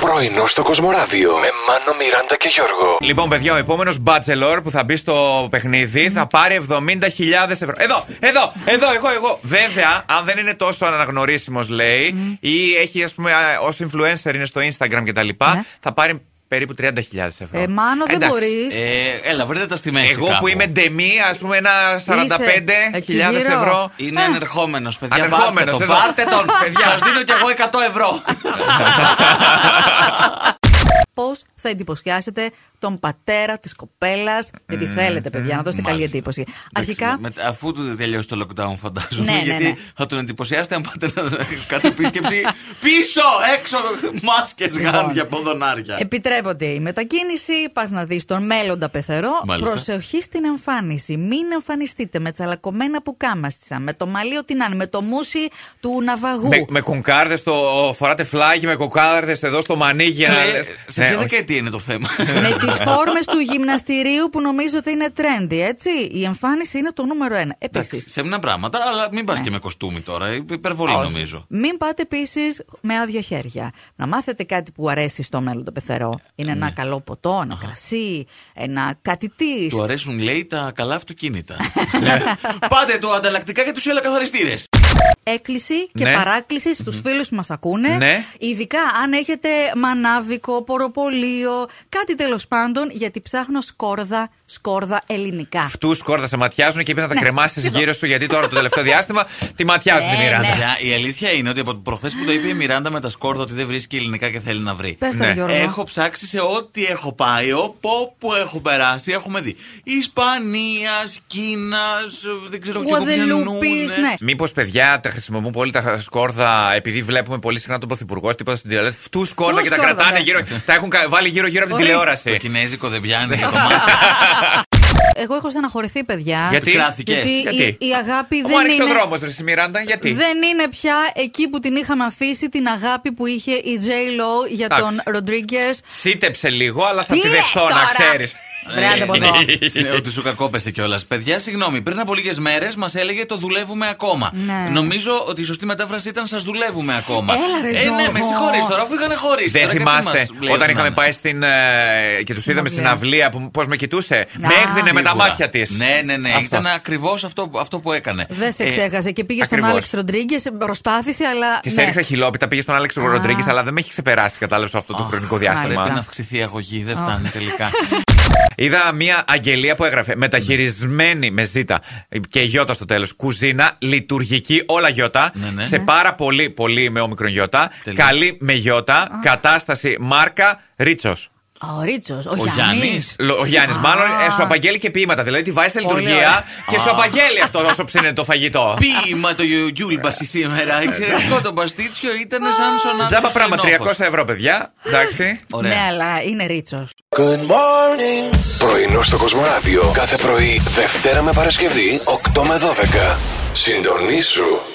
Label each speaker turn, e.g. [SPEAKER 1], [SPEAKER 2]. [SPEAKER 1] Πρωινό στο Κοσμοράδιο με Μάνο, Μιράντα και Γιώργο.
[SPEAKER 2] Λοιπόν, παιδιά, ο επόμενος bachelor που θα μπει στο παιχνίδι θα πάρει 70.000 ευρώ. Εδώ, εδώ, εδώ, εγώ, εγώ. Βέβαια, αν δεν είναι τόσο αναγνωρίσιμος, λέει, ή έχει, ας πούμε, ως influencer είναι στο Instagram κτλ.,
[SPEAKER 3] Ναι.
[SPEAKER 2] θα πάρει περίπου 30.000 ευρώ.
[SPEAKER 3] Ε, μάνο, δεν
[SPEAKER 2] Εντάξει.
[SPEAKER 3] μπορείς.
[SPEAKER 4] Ε, έλα, βρείτε τα στη μέση.
[SPEAKER 2] Εγώ
[SPEAKER 4] κάπου.
[SPEAKER 2] που είμαι ντεμή, ας πούμε, ένα 45.000
[SPEAKER 3] εκεί γύρω.
[SPEAKER 2] ευρώ.
[SPEAKER 4] Είναι ανερχόμενο, παιδιά.
[SPEAKER 2] Ανερχόμενος,
[SPEAKER 4] Πάρτε τον.
[SPEAKER 2] εδώ.
[SPEAKER 4] Πάρτε τον.
[SPEAKER 2] Παιδιά.
[SPEAKER 4] Σας δίνω κι εγώ 100 ευρώ.
[SPEAKER 3] Πώς θα εντυπωσιάσετε τον πατέρα της κοπέλας. Γιατί θέλετε, παιδιά, να δώσετε καλή
[SPEAKER 4] Ε, μάλιστα.
[SPEAKER 3] εντύπωση.
[SPEAKER 4] Εντάξει,
[SPEAKER 3] Αρχικά.
[SPEAKER 4] με- αφού του τελειώσει το lockdown, φαντάζομαι.
[SPEAKER 3] Ναι, ναι,
[SPEAKER 4] γιατί
[SPEAKER 3] ναι.
[SPEAKER 4] θα τον εντυπωσιάσετε αν πάτε να κάτι επίσκεψη. πίσω, έξω, μάσκες,
[SPEAKER 3] Λοιπόν.
[SPEAKER 4] γάντια, ποδονάρια. Ε,
[SPEAKER 3] Επιτρέπονται η μετακίνηση, πας να δεις τον μέλλοντα πεθερό.
[SPEAKER 4] Μάλιστα.
[SPEAKER 3] Προσοχή στην εμφάνιση. Μην εμφανιστείτε με τσαλακωμένα πουκάμαστισα, με το μαλλίο την αν, με το μουσι του ναυαγού.
[SPEAKER 2] Με, με κουνκάρδε το. Φοράτε φλάκι, με κουκάρδε εδώ στο μανίκι. να
[SPEAKER 4] Κλε-
[SPEAKER 2] λες-
[SPEAKER 4] Σε
[SPEAKER 2] Ναι,
[SPEAKER 4] ποια
[SPEAKER 2] όχι.
[SPEAKER 4] δεκαετία είναι το θέμα.
[SPEAKER 3] με τις φόρμες του γυμναστηρίου που νομίζω ότι είναι trendy, έτσι. Η εμφάνιση είναι το νούμερο ένα.
[SPEAKER 4] Εντάξει,
[SPEAKER 3] Επίσης.
[SPEAKER 4] Σεμνά πράγματα, αλλά μην
[SPEAKER 3] Ναι.
[SPEAKER 4] πα και με κοστούμι τώρα. Υπ- Υπερβολή νομίζω.
[SPEAKER 3] Μην πάτε επίσης με άδεια χέρια. Να μάθετε κάτι που αρέσει στο μέλλον πεθερό. Είναι
[SPEAKER 2] Ναι.
[SPEAKER 3] ένα καλό ποτό, ένα κρασί, ένα κάτι τη.
[SPEAKER 4] Του αρέσουν, λέει, τα καλά αυτοκίνητα. Πάτε του ανταλλακτικά και τους ελακαθαριστήρες.
[SPEAKER 3] έκκληση και
[SPEAKER 2] Ναι.
[SPEAKER 3] παράκληση στους φίλους που μας ακούνε.
[SPEAKER 2] Ναι.
[SPEAKER 3] Ειδικά αν έχετε μανάβικο, ποροπολείο, κάτι τέλος πάντων, γιατί ψάχνω σκόρδα, σκόρδα ελληνικά.
[SPEAKER 2] Αυτού κόρδα σε ματιάζουν και είπες να τα
[SPEAKER 3] Ναι,
[SPEAKER 2] κρεμάσεις
[SPEAKER 3] εδώ.
[SPEAKER 2] γύρω σου γιατί τώρα το τελευταίο διάστημα τη ματιάζουν τη
[SPEAKER 3] Ε,
[SPEAKER 2] Μιράντα.
[SPEAKER 4] Παιδιά, η αλήθεια είναι ότι από προχθές που το είπε η Μιράντα με τα σκόρδα ότι δεν βρίσκει ελληνικά και θέλει να βρει.
[SPEAKER 3] Πες το,
[SPEAKER 2] Ναι.
[SPEAKER 3] Γιώργο.
[SPEAKER 4] Έχω ψάξει σε ό,τι έχω πάει, όπου έχω περάσει, έχουμε δει. Ισπανίας, Κίνας, δεν ξέρω και εγώ ποια
[SPEAKER 3] Γουαδελούπης,
[SPEAKER 4] νου,
[SPEAKER 3] ναι.
[SPEAKER 2] Μήπως παιδιά τα χρησιμοποιούν πολύ τα σκόρδα επειδή βλέπουμε πολύ συχνά τον Πρωθυπουργό τίποτα στην τηλεόραση. Φτούς σκόρδα και τα
[SPEAKER 3] σκόρδα,
[SPEAKER 2] κρατάνε
[SPEAKER 3] ναι.
[SPEAKER 2] γύρω. Τα έχουν κα- βάλει γύρω-γύρω από την
[SPEAKER 3] Πολύ.
[SPEAKER 4] Το
[SPEAKER 2] τηλεόραση.
[SPEAKER 4] κινέζικο δεν πιάνει
[SPEAKER 3] Ναι.
[SPEAKER 4] για το μάτι.
[SPEAKER 3] Εγώ έχω στεναχωρηθεί, παιδιά.
[SPEAKER 2] Γιατί?
[SPEAKER 4] Επικράθηκε.
[SPEAKER 3] γιατί η-
[SPEAKER 2] Γιατί?
[SPEAKER 3] Η, αγάπη
[SPEAKER 2] Μου
[SPEAKER 3] δεν
[SPEAKER 2] άνοιξε ο
[SPEAKER 3] είναι.
[SPEAKER 2] δρόμος, Ρε Μιράντα, γιατί.
[SPEAKER 3] Δεν είναι πια εκεί που την είχαμε αφήσει την αγάπη που είχε η J. Lo για
[SPEAKER 2] Εντάξει.
[SPEAKER 3] τον Ροντρίγκε.
[SPEAKER 2] Σύτεψε λίγο, αλλά θα
[SPEAKER 3] Τι
[SPEAKER 2] τη
[SPEAKER 3] λες
[SPEAKER 2] δεχθώ να Ε.
[SPEAKER 3] τώρα?
[SPEAKER 2] ξέρεις.
[SPEAKER 3] Βρε, άντε από εδώ.
[SPEAKER 4] Ε, Ναι, Ότι σου κακόπεσε κιόλας. Παιδιά, συγγνώμη, πριν από λίγες μέρες μας έλεγε το δουλεύουμε ακόμα.
[SPEAKER 3] Ναι.
[SPEAKER 4] Νομίζω ότι η σωστή μετάφραση ήταν σας δουλεύουμε ακόμα.
[SPEAKER 3] Έλα, ρε,
[SPEAKER 4] ε, ναι, με
[SPEAKER 3] Γιώργο.
[SPEAKER 4] συγχωρείς τώρα, αφού είχαν χωρίσει.
[SPEAKER 2] Δεν
[SPEAKER 4] Τώρα, γιατί
[SPEAKER 2] θυμάστε
[SPEAKER 4] μας ναι. λέει
[SPEAKER 2] όταν
[SPEAKER 4] ο
[SPEAKER 2] είχαμε
[SPEAKER 4] Νάνας.
[SPEAKER 2] πάει στην. ε, και τους είδαμε στην αυλία που πώς με κοιτούσε.
[SPEAKER 3] Να.
[SPEAKER 2] Με έκδινε με τα
[SPEAKER 4] Σίγουρα.
[SPEAKER 2] μάτια της.
[SPEAKER 4] Ναι, ναι, ναι.
[SPEAKER 2] Αυτό.
[SPEAKER 4] Ήταν ακριβώς αυτό, αυτό που έκανε.
[SPEAKER 3] Δεν σε
[SPEAKER 4] Ε,
[SPEAKER 3] ξέχασε και πήγε στον
[SPEAKER 2] ακριβώς.
[SPEAKER 3] Άλεξ Ροντρίγκες, προσπάθησε, αλλά.
[SPEAKER 2] Της
[SPEAKER 3] ναι.
[SPEAKER 2] έριξα χιλόπιτα, πήγε στον Άλεξ Ροντρίγκη, αλλά δεν με έχει ξεπεράσει, κατάλαβες σε αυτό το
[SPEAKER 4] Αχ,
[SPEAKER 2] χρονικό
[SPEAKER 4] Πρέπει
[SPEAKER 2] διάστημα.
[SPEAKER 4] να αυξηθεί η αγωγή, δεν φτάνει τελικά.
[SPEAKER 2] Είδα μία αγγελία που έγραφε μεταχειρισμένη με ζήτα και γιώτα στο τέλος. Κουζίνα, λειτουργική, όλα γιώτα.
[SPEAKER 4] Ναι, ναι.
[SPEAKER 2] Σε πάρα πολύ, πολύ με όμικρον γιώτα.
[SPEAKER 4] Τελείως.
[SPEAKER 2] Καλή με γιώτα. Κατάσταση, μάρκα, ρίτσος.
[SPEAKER 3] Ο Ρίτσος, ο,
[SPEAKER 4] Ο
[SPEAKER 3] Γιάννης.
[SPEAKER 4] Γιάννης.
[SPEAKER 2] Ο Γιάννης, μάλλον ε, σου απαγγέλει και ποίηματα. Δηλαδή τη βάζει σε
[SPEAKER 3] Πολύ
[SPEAKER 2] λειτουργία
[SPEAKER 3] ωραία.
[SPEAKER 2] και σου απαγγέλει αυτό όσο ψήνεται το φαγητό.
[SPEAKER 4] Ποίημα το Γιούλμπασης σήμερα. Εκρηκτικό το παστίτσιο ήταν σαν σονάτα.
[SPEAKER 2] Ε. Τζάμπα πράγμα,
[SPEAKER 4] στην
[SPEAKER 2] 300
[SPEAKER 4] Όφο.
[SPEAKER 2] ευρώ, παιδιά. Εντάξει.
[SPEAKER 4] Ωραία.
[SPEAKER 3] Ναι, αλλά είναι Ρίτσος.
[SPEAKER 1] Πρωινό στο Κοσμοράδιο κάθε πρωί, Δευτέρα με Παρασκευή, 8 με 12. Συντονίσου